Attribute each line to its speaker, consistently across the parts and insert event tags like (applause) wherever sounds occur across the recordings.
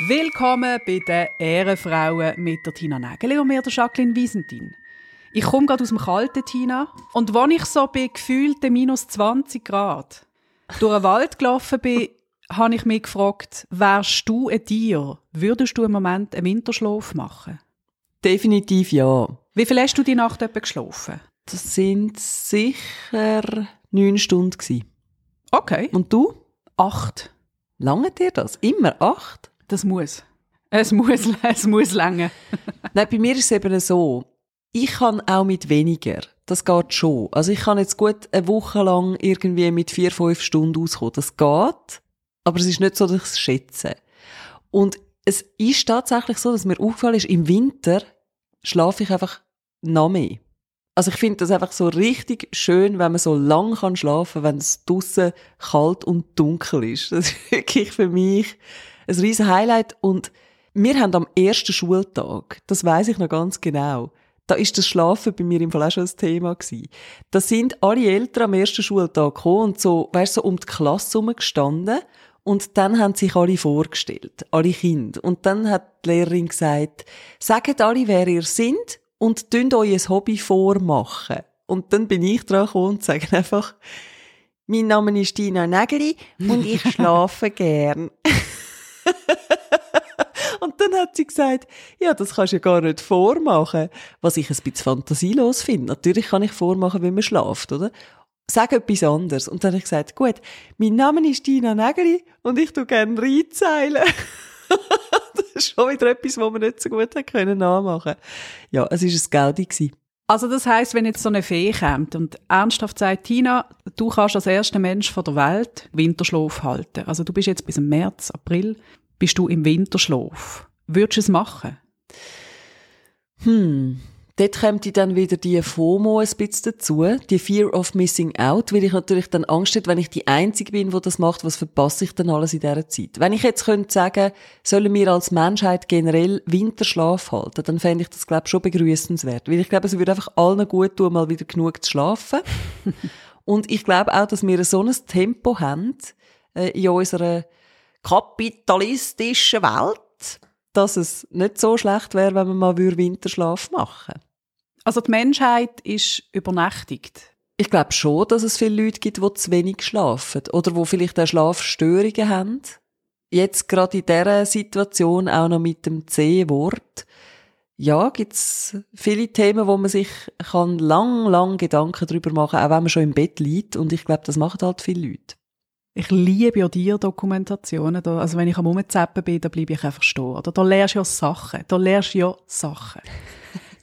Speaker 1: Willkommen bei den Ehrenfrauen mit der Tina Nägeli und mir, der Jacqueline Wiesentin. Ich komme gerade aus dem kalten Tina und wenn ich so bei gefühlten minus 20 Grad durch den Wald gelaufen bin, (laughs) habe ich mich gefragt, wärst du ein Tier, würdest du im Moment einen Winterschlaf machen?
Speaker 2: Definitiv ja.
Speaker 1: Wie viel hast du die Nacht etwa geschlafen?
Speaker 2: Das sind sicher neun Stunden gewesen.
Speaker 1: Okay,
Speaker 2: Und du?
Speaker 1: acht.
Speaker 2: Lange dir das? Immer acht?
Speaker 1: Das muss. Es muss, (laughs) es muss länger.
Speaker 2: Nein, bei mir ist es eben so. Ich kann auch mit weniger. Das geht schon. Also ich kann jetzt gut eine Woche lang irgendwie mit vier, fünf Stunden auskommen. Das geht. Aber es ist nicht so, dass ich es schätze. Und es ist tatsächlich so, dass mir aufgefallen ist, im Winter schlafe ich einfach noch mehr. Also ich finde das einfach so richtig schön, wenn man so lang kann schlafen, wenn es draußen kalt und dunkel ist. (laughs) Das ist wirklich für mich ein riesen Highlight und wir haben am ersten Schultag, das weiß ich noch ganz genau, da ist das Schlafen bei mir im Fall auch schon ein Thema gewesen. Da sind alle Eltern am ersten Schultag gekommen und so, weißt du, so um die Klasse gestanden und dann haben sich alle vorgestellt, alle Kinder. Und dann hat die Lehrerin gesagt, sagt alle, wer ihr sind und tünd euch ein Hobby vormachen. Und dann bin ich dran gekommen und sage einfach, mein Name ist Tina Nägeli und ich schlafe gern. (laughs) Und dann hat sie gesagt, ja, das kannst du ja gar nicht vormachen. Was ich ein bisschen fantasielos finde. Natürlich kann ich vormachen, wie man schlaft, oder? Sag etwas anderes. Und dann habe ich gesagt, gut, mein Name ist Tina Nägeli und ich tu gerne Reizeilen. (laughs) das ist schon wieder etwas, was man nicht so gut hat können nachmachen Ja, es war ein Gaudi. gewesen.
Speaker 1: Also das heißt, wenn jetzt so eine Fee kommt und ernsthaft sagt, Tina, du kannst als erster Mensch von der Welt Winterschlaf halten. Also du bist jetzt bis im März, April, bist du im Winterschlaf. Würdest du es machen?
Speaker 2: Hm. Dort kommt dann wieder die FOMO ein bisschen dazu, die Fear of Missing Out, weil ich natürlich dann Angst hätte, wenn ich die Einzige bin, die das macht, was verpasse ich dann alles in dieser Zeit? Wenn ich jetzt könnte sagen, sollen wir als Menschheit generell Winterschlaf halten, dann fände ich das, glaube ich, schon begrüßenswert, weil ich glaube, es würde einfach allen gut tun, mal wieder genug zu schlafen. Und ich glaube auch, dass wir so ein Tempo haben äh, in unserer kapitalistischen Welt, dass es nicht so schlecht wäre, wenn man mal würde Winterschlaf machen würde.
Speaker 1: Also die Menschheit ist übernächtigt.
Speaker 2: Ich glaube schon, dass es viele Leute gibt, die zu wenig schlafen oder wo vielleicht auch Schlafstörungen haben. Jetzt gerade in dieser Situation auch noch mit dem C-Wort. Ja, gibt's viele Themen, wo man sich kann lang, lang Gedanken drüber machen, auch wenn man schon im Bett liegt. Und ich glaube, das machen halt viele Leute.
Speaker 1: Ich liebe ja dir Dokumentationen. Da, also wenn ich am Rumzappen bin, da bleibe ich einfach stehen. Oder? Da lernst du ja Sachen. Da lernst du ja Sachen.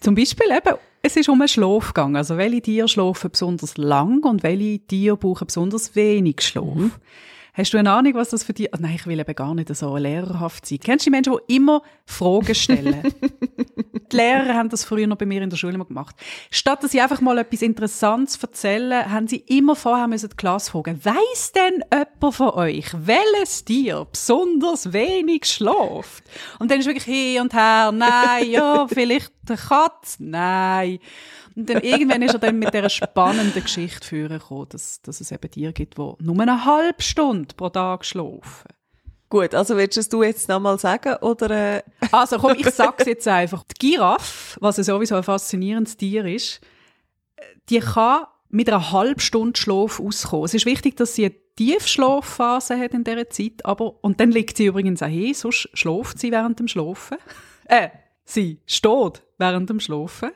Speaker 1: Zum Beispiel eben, es ist um einen Schlaf gegangen. Also welche Tiere schlafen besonders lang und welche Tiere brauchen besonders wenig Schlaf. Hast du eine Ahnung, was das für die... Ah, Nein, ich will eben gar nicht so lehrerhaft sein. Kennst du die Menschen, die immer Fragen stellen? die Lehrer haben das früher noch bei mir in der Schule immer gemacht. Statt dass sie einfach mal etwas Interessantes erzählen, haben sie immer vorher müssen die Klasse fragen, weiss denn jemand von euch, welches Tier besonders wenig schläft? Und dann ist wirklich hin und her, nein, ja, vielleicht der Katz, nein. Und dann irgendwann ist er dann mit dieser spannenden Geschichte führen gekommen, dass, dass es eben Tiere gibt, die nur eine halbe Stunde pro Tag schlafen.
Speaker 2: Gut, also willst du es du jetzt nochmal sagen oder äh,
Speaker 1: Also komm, ich sag's jetzt einfach. Die Giraffe, was ja sowieso ein faszinierendes Tier ist, die kann mit einer halben Stunde Schlaf auskommen. Es ist wichtig, dass sie eine Tiefschlafphase hat in dieser Zeit, aber, und dann liegt sie übrigens auch hin, sonst schläft sie während dem Schlafen. (laughs) Äh, sie steht während dem Schlafen.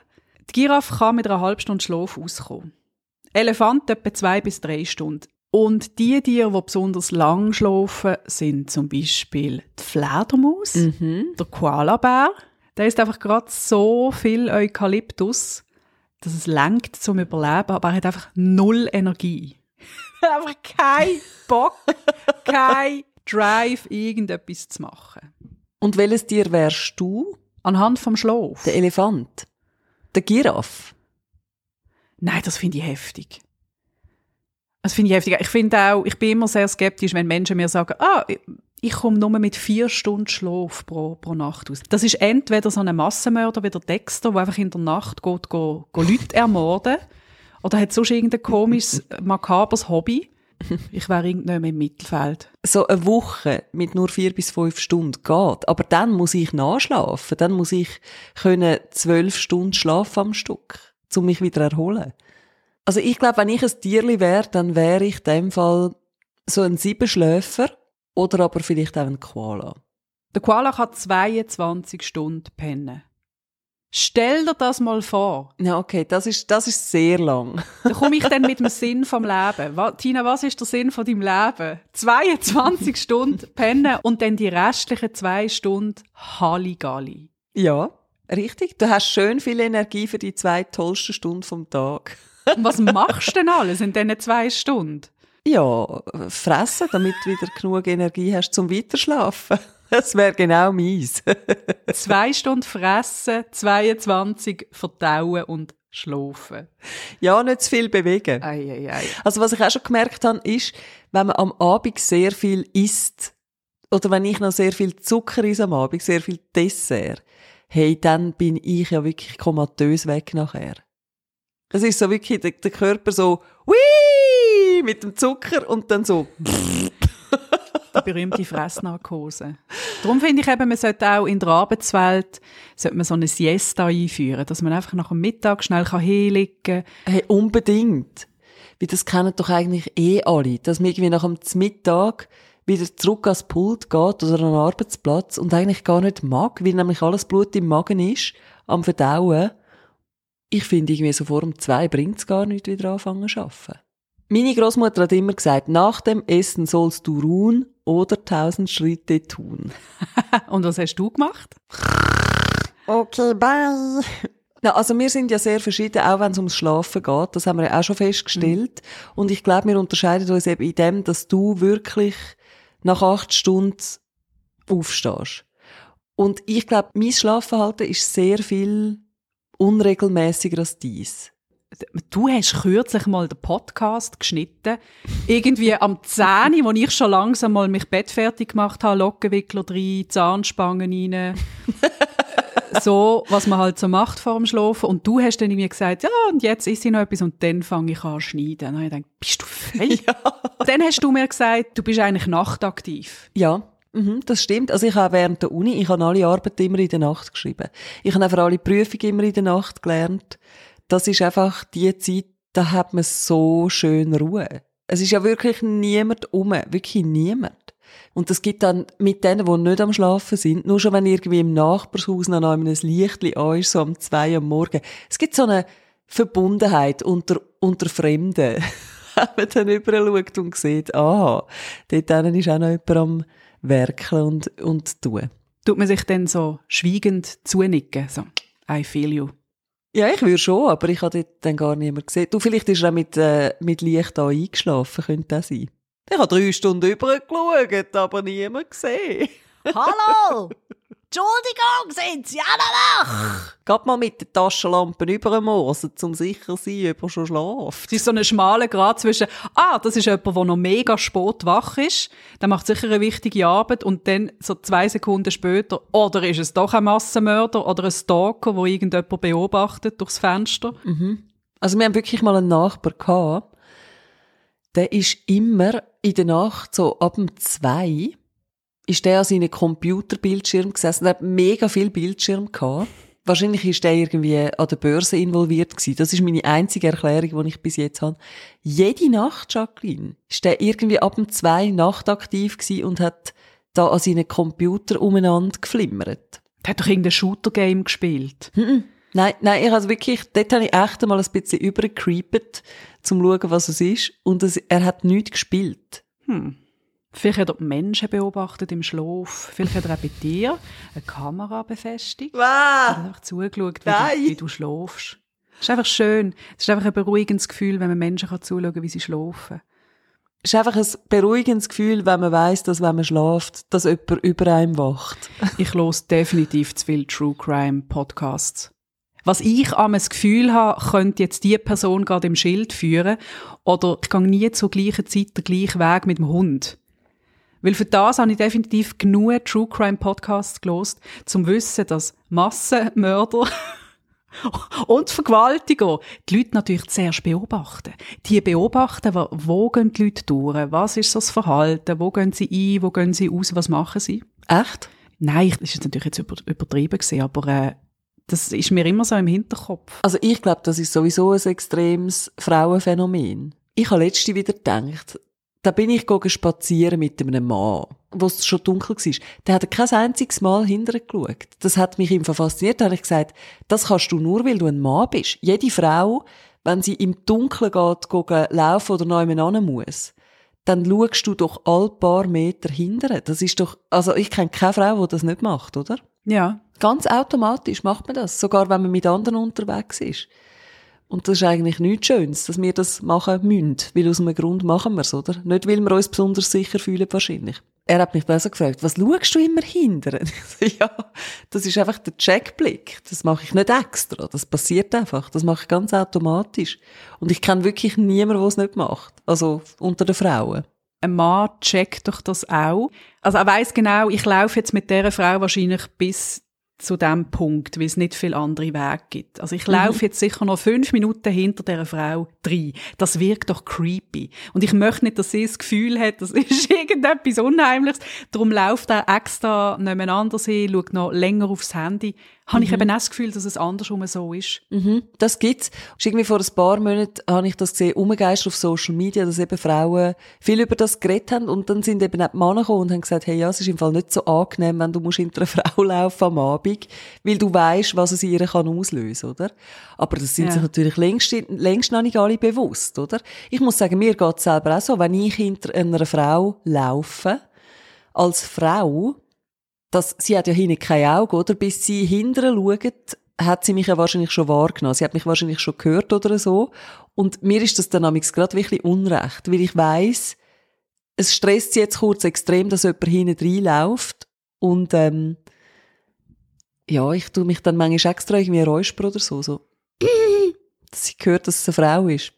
Speaker 1: Die Giraffe kann mit einer halben Stunde Schlaf auskommen. Elefant etwa zwei bis drei Stunden. Und die Tiere, die besonders lang schlafen, sind zum Beispiel die Fledermaus, der Koalabär. Der ist einfach gerade so viel Eukalyptus, dass es lenkt zum Überleben, aber er hat einfach null Energie. (laughs) Er hat einfach kein Bock, kein Drive, irgendetwas zu machen.
Speaker 2: und welches Tier wärst du?
Speaker 1: Anhand vom Schlaf.
Speaker 2: Der Elefant? Der Giraffe?
Speaker 1: Nein, das finde ich heftig. Das finde ich heftig. Ich finde auch, ich bin immer sehr skeptisch, wenn Menschen mir sagen, ah, ich- ich komme nur mit vier Stunden Schlaf pro, pro Nacht aus. Das ist entweder so ein Massenmörder wie der Dexter, der einfach in der Nacht geht, go, go Leute ermorden oder hat sonst irgendein komisches, makabres Hobby. Ich wäre irgendwann im Mittelfeld.
Speaker 2: So eine Woche mit nur vier bis fünf Stunden geht. Aber dann muss ich nachschlafen. Dann muss ich können zwölf Stunden schlafen am Stück, um mich wieder erholen. Also ich glaube, wenn ich ein Tierli wäre, dann wäre ich in dem Fall so ein Siebenschläfer oder aber vielleicht auch ein Koala.
Speaker 1: Der Koala kann 22 Stunden pennen. Stell dir das mal vor.
Speaker 2: Ja, okay, das ist, das ist sehr lang. (laughs)
Speaker 1: Da komme ich dann mit dem Sinn vom Leben. Wa- Tina, was ist der Sinn von deinem Leben? 22 Stunden pennen und dann die restlichen zwei Stunden Halligalli.
Speaker 2: Ja, richtig. Du hast schön viel Energie für die zwei tollsten Stunden vom Tag.
Speaker 1: Und was machst du denn alles in diesen zwei Stunden?
Speaker 2: Ja, fressen, damit du wieder genug Energie hast zum Weiterschlafen. (laughs) Das wäre genau meins. (laughs)
Speaker 1: Zwei Stunden fressen, 22 verdauen und schlafen.
Speaker 2: ja, nicht zu viel bewegen.
Speaker 1: Ei, ei, ei.
Speaker 2: Also was ich auch schon gemerkt habe, ist, wenn man am Abend sehr viel isst, oder wenn ich noch sehr viel Zucker is am Abend, sehr viel Dessert, hey, dann bin ich ja wirklich komatös weg nachher. Es ist so wirklich der, der Körper so, Wii! mit dem Zucker und dann so,
Speaker 1: Die berühmte Fressnarkose. Darum finde ich eben, man sollte auch in der Arbeitswelt sollte man so eine Siesta einführen, dass man einfach nach dem Mittag schnell kann hinlegen kann.
Speaker 2: hey, unbedingt. Weil das kennen doch eigentlich eh alle, dass man irgendwie nach dem Mittag wieder zurück ans Pult geht oder an den Arbeitsplatz und eigentlich gar nicht mag, weil nämlich alles Blut im Magen ist, am Verdauen. Ich finde irgendwie so vor um zwei bringt's gar nicht wieder anfangen zu arbeiten. Meine Großmutter hat immer gesagt, nach dem Essen sollst du ruhen oder tausend Schritte tun.
Speaker 1: Und was hast du gemacht?
Speaker 2: Okay, bye. Na, also wir sind ja sehr verschieden, auch wenn es ums Schlafen geht. Das haben wir ja auch schon festgestellt. Und ich glaube, wir unterscheiden uns eben in dem, dass du wirklich nach acht Stunden aufstehst. Und ich glaube, mein Schlafverhalten ist sehr viel unregelmäßiger als dies.
Speaker 1: Du hast kürzlich mal den Podcast geschnitten. Irgendwie am 10., wo ich schon langsam mal mich Bett fertig gemacht habe, Lockenwickler rein, Zahnspangen rein. Äh, so, was man halt so macht vor dem Schlafen. Und du hast dann irgendwie gesagt, ja, und jetzt ist ich noch etwas und dann fange ich an zu schneiden. Und ich gedacht, bist du völlig... Dann hast du mir gesagt, du bist eigentlich nachtaktiv.
Speaker 2: Ja, mhm, das stimmt. Also ich habe während der Uni, ich habe alle Arbeiten immer in der Nacht geschrieben. Ich habe auch für alle Prüfungen immer in der Nacht gelernt. Das ist einfach die Zeit, da hat man so schön Ruhe. Es ist ja wirklich niemand um, wirklich niemand. Und das gibt dann mit denen, die nicht am Schlafen sind, nur schon wenn irgendwie im Nachbarshaus noch einem ein Lichtli an ist, so um zwei am Morgen. Es gibt so eine Verbundenheit unter, unter Fremden. (laughs) wenn man dann überall schaut und sieht, aha, dort drinnen ist auch noch jemand am werkeln und, und tun.
Speaker 1: Tut man sich dann so schweigend zunicken, so, I feel you.
Speaker 2: Ja, ich würde schon, aber ich habe dort dann gar niemand gesehen. Du, vielleicht ist er auch mit, äh, mit Licht da eingeschlafen, könnte das sein. Ich habe drei Stunden übergeschaut, aber niemand gesehen. (laughs)
Speaker 3: Hallo! Entschuldigung, sind Sie auch noch wach?
Speaker 2: Geht mal mit der Taschenlampe über den Mosen, um sicher zu sein, ob er schon schläft.
Speaker 1: Es ist so ein schmaler Grad zwischen, ah, das ist jemand, der noch mega spät wach ist, der macht sicher eine wichtige Arbeit und dann so zwei Sekunden später, oder ist es doch ein Massenmörder oder ein Stalker, wo irgendjemand beobachtet durchs Fenster.
Speaker 2: Also wir haben wirklich mal einen Nachbar gehabt, der ist immer in der Nacht so ab dem 2 ist der an seinem Computerbildschirm gesessen. Der hat mega viel Bildschirm gehabt. Wahrscheinlich ist der irgendwie an der Börse involviert gewesen. Das ist meine einzige Erklärung, die ich bis jetzt habe. Jede Nacht, Jacqueline, ist der irgendwie ab dem 2 nachtaktiv gewesen und hat da an seinen Computer umeinander geflimmert.
Speaker 1: Der hat doch irgendein Shooter-Game gespielt. Hm.
Speaker 2: Nein, nein, ich also wirklich, dort habe ich echt mal ein bisschen übergecreepet, um zu schauen, was es ist. Und es, er hat nichts gespielt.
Speaker 1: Vielleicht hat er die Menschen beobachtet im Schlaf. Vielleicht hat er auch bei dir eine Kamera befestigt.
Speaker 2: Wow!
Speaker 1: einfach zugeschaut, wie
Speaker 2: Nein.
Speaker 1: du, wie du schlafst. Es ist einfach schön. Es ist einfach ein beruhigendes Gefühl, wenn man Menschen kann zuschauen kann, wie sie schlafen.
Speaker 2: Es ist einfach ein beruhigendes Gefühl, wenn man weiss, dass wenn man schläft, dass jemand über einem wacht.
Speaker 1: Ich los definitiv zu viel True Crime Podcasts. Was ich am das Gefühl habe, könnte jetzt die Person gerade im Schild führen oder ich gehe nie zur gleichen Zeit den gleichen Weg mit dem Hund. Weil für das habe ich definitiv genug True Crime Podcasts gelost, zum wissen, dass Massenmörder (laughs) Und die Vergewaltigung. Die Leute natürlich zuerst beobachten. Die beobachten, wo, wo gehen die Leute durch, was ist so das Verhalten, wo gehen sie ein, wo gehen sie aus, was machen sie.
Speaker 2: Echt?
Speaker 1: Nein, ich- das ist jetzt natürlich jetzt über, übertrieben gewesen, aber äh, das ist mir immer so im Hinterkopf.
Speaker 2: Also ich glaube, das ist sowieso ein extremes Frauenphänomen. Ich habe letzte wieder gedacht, da bin ich gegangen spazieren mit einem Mann, wo es schon dunkel war. Der hat kein einziges Mal hinterher geschaut. Das hat mich einfach fasziniert. Da habe ich gesagt, das kannst du nur, weil du ein Mann bist. Jede Frau, wenn sie im Dunkeln geht, gehen, laufen oder nebeneinander muss, dann schaust du doch all paar Meter hinterher. Das ist doch, also ich kenne keine Frau, die das nicht macht, oder?
Speaker 1: Ja.
Speaker 2: Ganz automatisch macht man das, sogar wenn man mit anderen unterwegs ist. Und das ist eigentlich nichts Schönes, dass wir das machen müssen, weil aus einem Grund machen wir es, oder? Nicht, weil wir uns besonders sicher fühlen, wahrscheinlich. Er hat mich besser gefragt, was schaust du immer hinterher? (laughs) Ich so, ja, das ist einfach der Checkblick. Das mache ich nicht extra. Das passiert einfach. Das mache ich ganz automatisch. Und ich kenne wirklich niemanden, der es nicht macht. Also unter den Frauen.
Speaker 1: Ein Mann checkt doch das auch. Also er weiß genau, ich laufe jetzt mit dieser Frau wahrscheinlich bis zu dem Punkt, weil es nicht viel andere Wege gibt. Also ich laufe jetzt sicher noch fünf Minuten hinter dieser Frau drei. Das wirkt doch creepy. Und ich möchte nicht, dass sie das Gefühl hat, das (laughs) ist irgendetwas Unheimliches. Darum läuft er extra nebeneinander hin, schaut noch länger aufs Handy. Habe ich eben auch das Gefühl, dass es andersrum so ist.
Speaker 2: Mhm, das gibt's. Ist irgendwie vor ein paar Monaten habe ich das gesehen, umgegeistert auf Social Media, dass eben Frauen viel über das geredet haben und dann sind eben auch die Männer gekommen und haben gesagt, hey, ja, es ist im Fall nicht so angenehm, wenn du musst hinter einer (laughs) Frau laufen am Abend, weil du weißt, was es ihr kann auslösen, oder? Aber das sind
Speaker 1: Ja.
Speaker 2: sich natürlich längst, längst noch nicht alle bewusst, oder? Ich muss sagen, mir geht's selber auch so, wenn ich hinter einer Frau laufe, als Frau, dass sie hat ja hinten kein Auge, oder? Bis sie hinterher schaut, hat sie mich ja wahrscheinlich schon wahrgenommen. Sie hat mich wahrscheinlich schon gehört oder so. Und mir ist das dann amigs gerade wirklich unrecht, weil ich weiß, es stresst sie jetzt kurz extrem, dass jemand hinten reinläuft. Und, ähm, ja, ich tu mich dann manchmal extra irgendwie räuspern oder so, so. dass sie gehört, dass es eine Frau ist.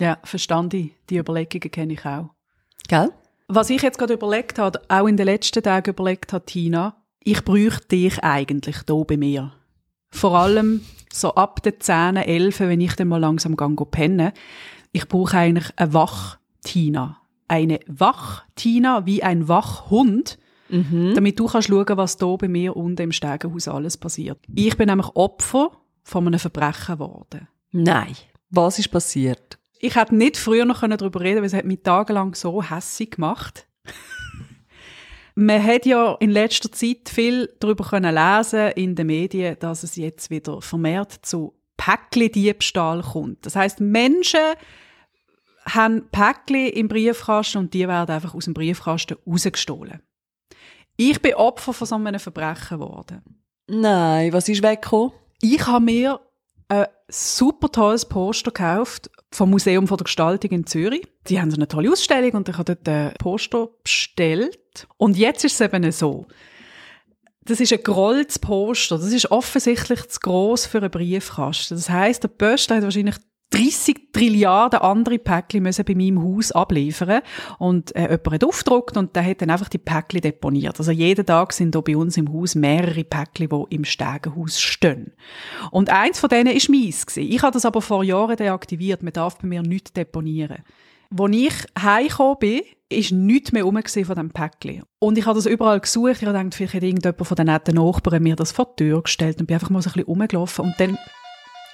Speaker 1: Ja, verstand ich. Die Überlegungen kenne ich auch.
Speaker 2: Gell?
Speaker 1: Was ich jetzt gerade überlegt habe, auch in den letzten Tagen überlegt habe, Tina, ich bräuchte dich eigentlich hier bei mir. Vor allem so ab den 10, 11, wenn ich dann mal langsam gang go penne. Ich brauche eigentlich eine Wach-Tina. Eine Wach-Tina wie ein Wachhund, damit du kannst schauen, was hier bei mir unten im Stegenhaus alles passiert. Ich bin nämlich Opfer von einem Verbrechen geworden.
Speaker 2: Nein. Was ist passiert?
Speaker 1: Ich hätte nicht früher noch darüber reden können, weil es hat mich tagelang so hässig gemacht. (laughs) Man hat ja in letzter Zeit viel darüber können lesen in den Medien, dass es jetzt wieder vermehrt zu Päckli-Diebstahl kommt. Das heißt, Menschen haben Päckli im Briefkasten und die werden einfach aus dem Briefkasten rausgestohlen. Ich bin Opfer von so einem Verbrechen geworden.
Speaker 2: Nein, was ist weggekommen?
Speaker 1: Ich habe mir ein super tolles Poster gekauft vom Museum von der Gestaltung in Zürich. Die haben so eine tolle Ausstellung und ich habe dort ein Poster bestellt. Und jetzt ist es eben so. Das ist ein gerolltes Poster. Das ist offensichtlich zu gross für einen Briefkasten. Das heißt, der Post hat wahrscheinlich 30 Trilliarden andere Päckchen müssen bei meinem Haus abliefern und äh, jemand hat aufgedruckt und der hat dann einfach die Päckchen deponiert. Also jeden Tag sind da bei uns im Haus mehrere Päckchen, die im Stegenhaus stehen. Und eins von denen ist meins gewesen. Ich habe das aber vor Jahren deaktiviert. Man darf bei mir nichts deponieren. Als ich heimgekommen bin, ist nichts mehr rum gewesen von diesem Päckchen. Und ich habe das überall gesucht. Ich habe gedacht, vielleicht hat irgendjemand von den netten Nachbarn mir das vor die Tür gestellt und bin einfach mal so ein bisschen rumgelaufen. Und dann,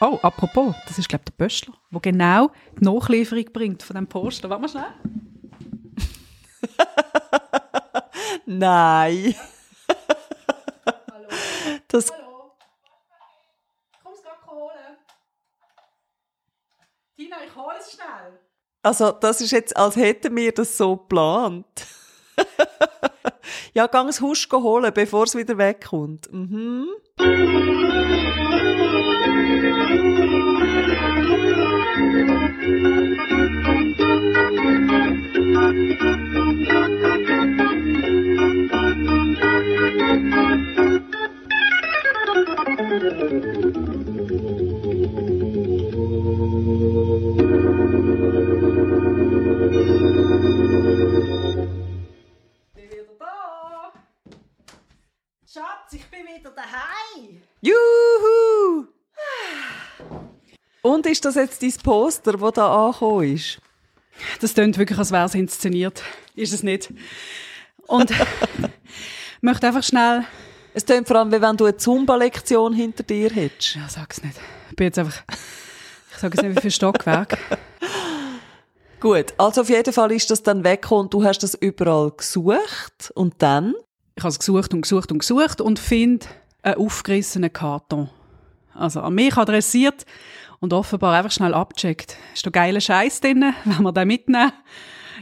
Speaker 1: oh, apropos, das ist, glaube ich, der Pöstler, der genau die Nachlieferung bringt von dem Poster. Warte mal schnell.
Speaker 2: Nein. Das,
Speaker 1: Komm, es geht holen. Tina, ich hole es schnell.
Speaker 2: also, das ist jetzt, als hätten wir das so geplant. ja, geh es Husch holen, bevor es wieder wegkommt. Mhm.
Speaker 1: Ich bin wieder da. Schatz, ich bin wieder daheim.
Speaker 2: Juhu! Und ist das jetzt dein Poster, das da angekommen ist?
Speaker 1: Das klingt wirklich, als wäre es inszeniert. Ist es nicht. Und (laughs) möchte einfach schnell...
Speaker 2: Es tönt vor allem, wie wenn du eine Zumba-Lektion hinter dir hättest.
Speaker 1: Ja, sag's nicht. Ich bin jetzt einfach... Ich sage jetzt nicht, wie viel Stockwerk.
Speaker 2: Gut, also auf jeden Fall ist das dann weggekommen und du hast das überall gesucht und dann?
Speaker 1: Ich habe es gesucht und gesucht und gesucht und finde einen aufgerissenen Karton. Also an mich adressiert und offenbar einfach schnell abgecheckt. Ist da geiler Scheiß drin, wenn wir den mitnehmen.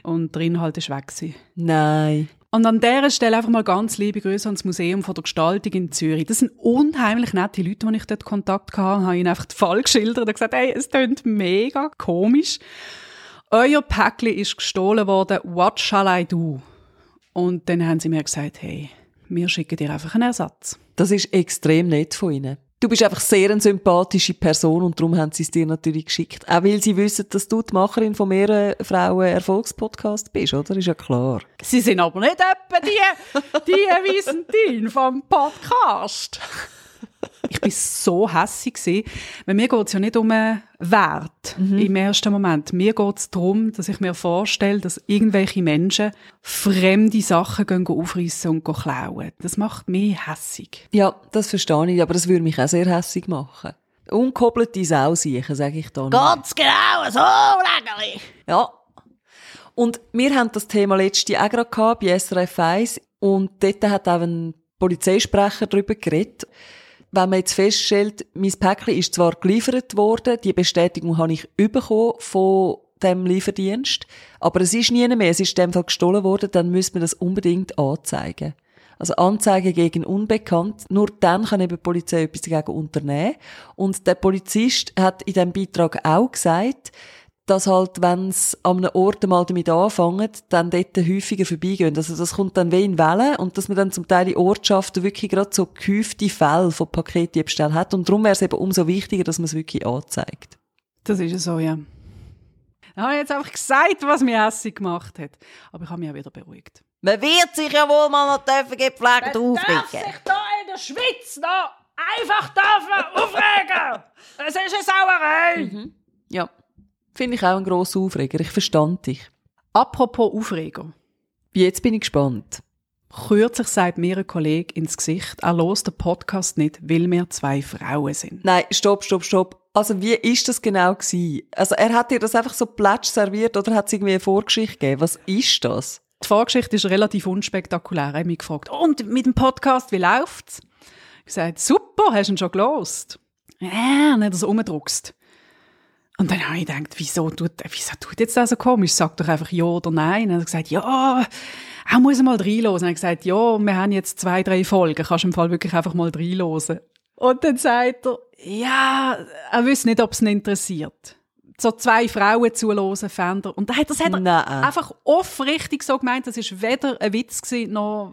Speaker 1: Und der Inhalt ist weg. Gewesen.
Speaker 2: Nein.
Speaker 1: Und an dieser Stelle einfach mal ganz liebe Grüße ans Museum von der Gestaltung in Zürich. Das sind unheimlich nette Leute, die ich dort Kontakt hatte. Und habe ihnen einfach den Fall geschildert und gesagt, hey, es tönt mega komisch. Euer Päckchen ist gestohlen worden, what shall I do? Und dann haben sie mir gesagt, hey, wir schicken dir einfach einen Ersatz.
Speaker 2: Das ist extrem nett von ihnen. Du bist einfach sehr eine sympathische Person und darum haben sie es dir natürlich geschickt. Auch weil sie wissen, dass du die Macherin von mehreren Frauen Erfolgspodcast bist, oder? Ist ja klar.
Speaker 1: Sie sind aber nicht etwa die, die Wiesentin vom Podcast. Ich bin so hässig gewesen, weil mir geht's ja nicht um einen Wert im ersten Moment. Mir geht's darum, dass ich mir vorstelle, dass irgendwelche Menschen fremde Sachen gehen aufreißen und gehen klauen. Das macht mich hässig.
Speaker 2: Ja, das verstehe ich, aber das würde mich auch sehr hässig machen. Unkobelte Sau siechen, sage ich da noch.
Speaker 3: Ganz genau so, Regeli.
Speaker 2: Ja. Und wir haben das Thema letzte auch gerade gehabt, bei SRF 1. Und dort hat auch ein Polizeisprecher darüber geredet. Wenn man jetzt feststellt, mein Päckchen ist zwar geliefert worden, die Bestätigung habe ich bekommen von dem Lieferdienst, aber es ist nie mehr, es ist in dem Fall gestohlen worden, dann müssen wir das unbedingt anzeigen. Also Anzeige gegen Unbekannt. Nur dann kann eben die Polizei etwas dagegen unternehmen. Und der Polizist hat in dem Beitrag auch gesagt, dass halt, wenn's an einem Ort mal damit anfangen, dann dort häufiger vorbeigehen. Also das kommt dann wie in Wellen und dass man dann zum Teil in Ortschaften wirklich gerade so gehäufte Fälle von Paketdiebstahl hat. Und darum wäre es eben umso wichtiger, dass man es wirklich anzeigt.
Speaker 1: Das ist ja so, ja. Dann habe ich jetzt einfach gesagt, was mich hässig gemacht hat. Aber ich habe mich auch wieder beruhigt.
Speaker 3: Man wird sich ja wohl mal noch dürfen gepflegt aufregen.
Speaker 4: da in der Schweiz noch einfach dürfen aufregen. Es ist eine Sauerei.
Speaker 2: Ja. Finde ich auch ein grosser Aufreger. Ich verstand dich.
Speaker 1: Apropos Aufreger.
Speaker 2: Jetzt bin ich gespannt.
Speaker 1: Kürzlich sagt mir ein Kollege ins Gesicht, er hört den Podcast nicht, weil wir zwei Frauen sind.
Speaker 2: Nein, stopp, stopp, stopp. Also, wie ist das genau gewesen? Also, er hat dir das einfach so platsch serviert oder hat es irgendwie eine Vorgeschichte gegeben? Was ist das?
Speaker 1: Die Vorgeschichte ist relativ unspektakulär. Er hat mich gefragt, und mit dem Podcast, wie läuft's? Ich gesagt, super, hast du ihn schon gelost? Ja, und hat er so rumgedruckst. Und dann habe ich gedacht, wieso tut, wieso tut jetzt das so komisch? Sag doch einfach ja oder nein. Und er hat gesagt, ja, er muss mal reinlosen. Und er hat gesagt, ja, wir haben jetzt zwei, drei Folgen. Kannst du im Fall wirklich einfach mal reinlosen. Und dann sagt er, ja, er wüsste nicht, ob es ihn interessiert. So zwei Frauen zulosen, fände er. Und das hat das hat er
Speaker 2: Nein.
Speaker 1: einfach offensichtlich so gemeint. Das ist weder ein Witz gewesen, noch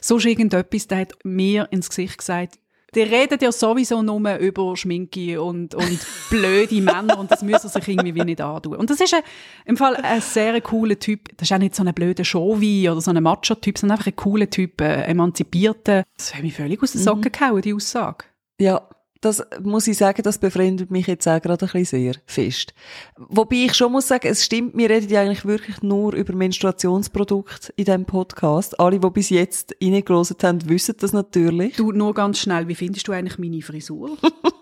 Speaker 1: sonst irgendetwas. Der hat mir ins Gesicht gesagt, die reden ja sowieso nur über Schminke und, und blöde Männer und das müssen sie sich irgendwie wie nicht antun. Und das ist ein, im Fall ein sehr cooler Typ. Das ist auch nicht so ein blöder Chauvi oder so ein Macho-Typ, sondern einfach ein cooler Typ, ein emanzipierter. Das hat mich völlig aus den Socken gehauen, die Aussage.
Speaker 2: Ja, das muss ich sagen, das befremdet mich jetzt auch gerade ein bisschen sehr fest. Wobei ich schon muss sagen, es stimmt, wir reden ja eigentlich wirklich nur über Menstruationsprodukte in diesem Podcast. Alle, die bis jetzt reingelassen haben, wissen das natürlich.
Speaker 1: Du, nur ganz schnell, wie findest du eigentlich meine Frisur? (laughs)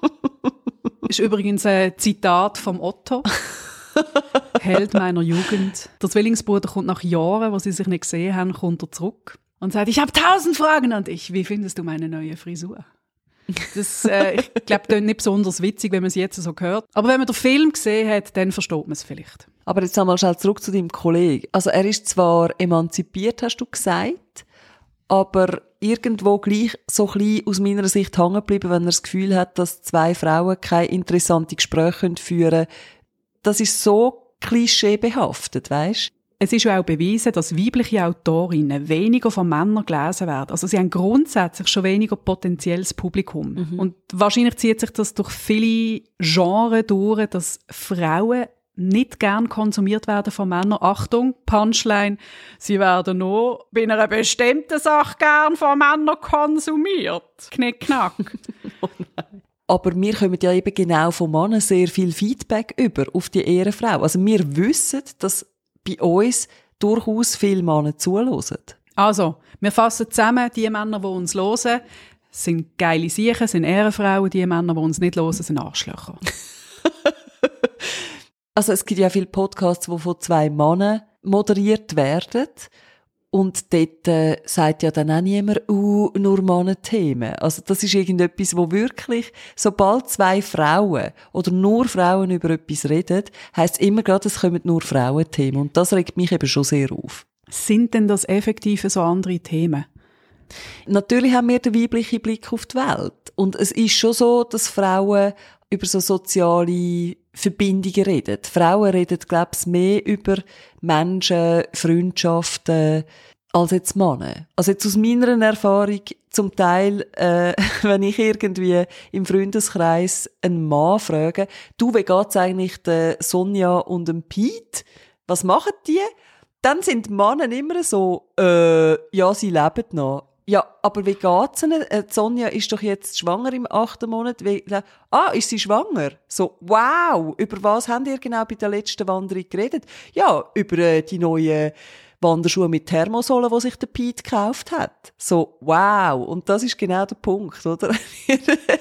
Speaker 1: ist übrigens ein Zitat vom Otto. (laughs) Held meiner Jugend. Der Zwillingsbruder kommt nach Jahren, wo sie sich nicht gesehen haben, kommt er zurück und sagt, ich habe tausend Fragen an dich. Wie findest du meine neue Frisur? Das, äh, ich glaube, das nicht besonders witzig, wenn man es jetzt so hört. Aber wenn man den Film gesehen hat, dann versteht man es vielleicht.
Speaker 2: Aber jetzt einmal schnell zurück zu deinem Kollegen. Also er ist zwar emanzipiert, hast du gesagt, aber irgendwo gleich so klein aus meiner Sicht hängen geblieben, wenn er das Gefühl hat, dass zwei Frauen keine interessanten Gespräche können führen Das ist so klischeebehaftet, weißt?
Speaker 1: Es ist ja auch bewiesen, dass weibliche Autorinnen weniger von Männern gelesen werden. Also sie haben grundsätzlich schon weniger potenzielles Publikum. Und wahrscheinlich zieht sich das durch viele Genres durch, dass Frauen nicht gern konsumiert werden von Männern. Achtung, Punchline, sie werden nur bei einer bestimmten Sache gern von Männern konsumiert. Knick, knack.
Speaker 2: Aber wir kommen ja eben genau von Männern sehr viel Feedback über auf die Ehrenfrau. Also wir wissen, dass bei uns durchaus viele Männer zuhören.
Speaker 1: Also, wir fassen zusammen, die Männer, die uns hören, sind geile Siechen, sind Ehrenfrauen, die Männer, die uns nicht hören, sind Arschlöcher.
Speaker 2: Also es gibt ja viele Podcasts, die von zwei Männern moderiert werden. Und dort äh, sagt ja dann auch niemand, uh, nur Männer-Themen. Also das ist irgendetwas, wo wirklich, sobald zwei Frauen oder nur Frauen über etwas reden, heisst es immer gerade, es kommen nur Frauenthemen. Und das regt mich eben schon sehr auf.
Speaker 1: Sind denn das effektiv so andere Themen?
Speaker 2: Natürlich haben wir den weiblichen Blick auf die Welt. Und es ist schon so, dass Frauen über so soziale Verbindungen reden. Frauen reden, glaube ich, mehr über Menschen, Freundschaften, als jetzt Männer. Also jetzt aus meiner Erfahrung, zum Teil, äh, (laughs) wenn ich irgendwie im Freundeskreis einen Mann frage, du, wie geht's eigentlich der Sonja und dem Pete? Was machen die? Dann sind die Männer immer so, äh, ja, sie leben noch. Ja, aber wie geht's ihnen? Äh, die Sonja ist doch jetzt schwanger im achten Monat. Wie, le- ah, ist sie schwanger? So, wow! Über was habt ihr genau bei der letzten Wanderung geredet? Ja, über äh, die neuen Wanderschuhe mit Thermosolen, die sich der Pete gekauft hat. So, wow! Und das ist genau der Punkt, oder? (laughs)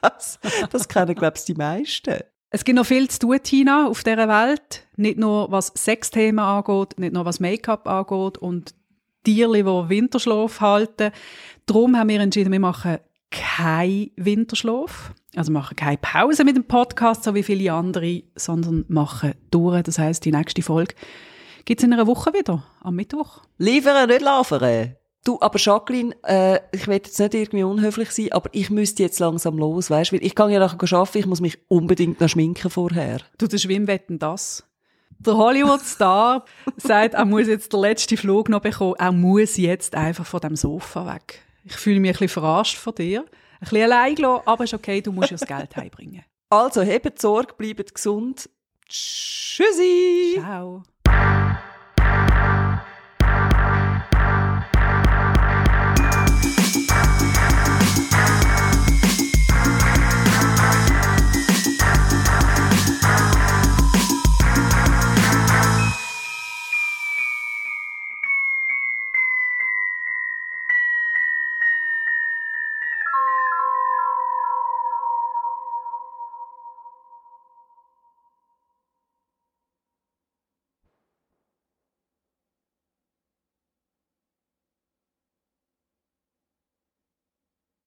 Speaker 2: das, das kennen, glaube ich, die meisten.
Speaker 1: Es gibt noch viel zu tun, Tina, auf dieser Welt. Nicht nur was Sexthemen angeht, nicht nur was Make-up angeht und Tierli, die Winterschlaf halten. Darum haben wir entschieden, wir machen keinen Winterschlaf. Also machen keine Pause mit dem Podcast, so wie viele andere, sondern machen durch. Das heißt, die nächste Folge gibt es in einer Woche wieder, am Mittwoch.
Speaker 2: Liefern, nicht laufen. Du, aber Jacqueline, äh, ich will jetzt nicht irgendwie unhöflich sein, aber ich müsste jetzt langsam los, weißt du? weil Ich kann ja nachher arbeiten, ich muss mich unbedingt noch schminken vorher.
Speaker 1: Du, der Schwimmwetten das. Der Hollywood-Star sagt, er muss jetzt den letzten Flug noch bekommen. Er muss jetzt einfach von dem Sofa weg. Ich fühle mich ein bisschen verarscht von dir. Ein bisschen allein gelassen, aber ist okay, du musst ja das Geld (laughs) heimbringen.
Speaker 2: Also, hebt Sorge, bleibt gesund. Tschüssi!
Speaker 1: Ciao.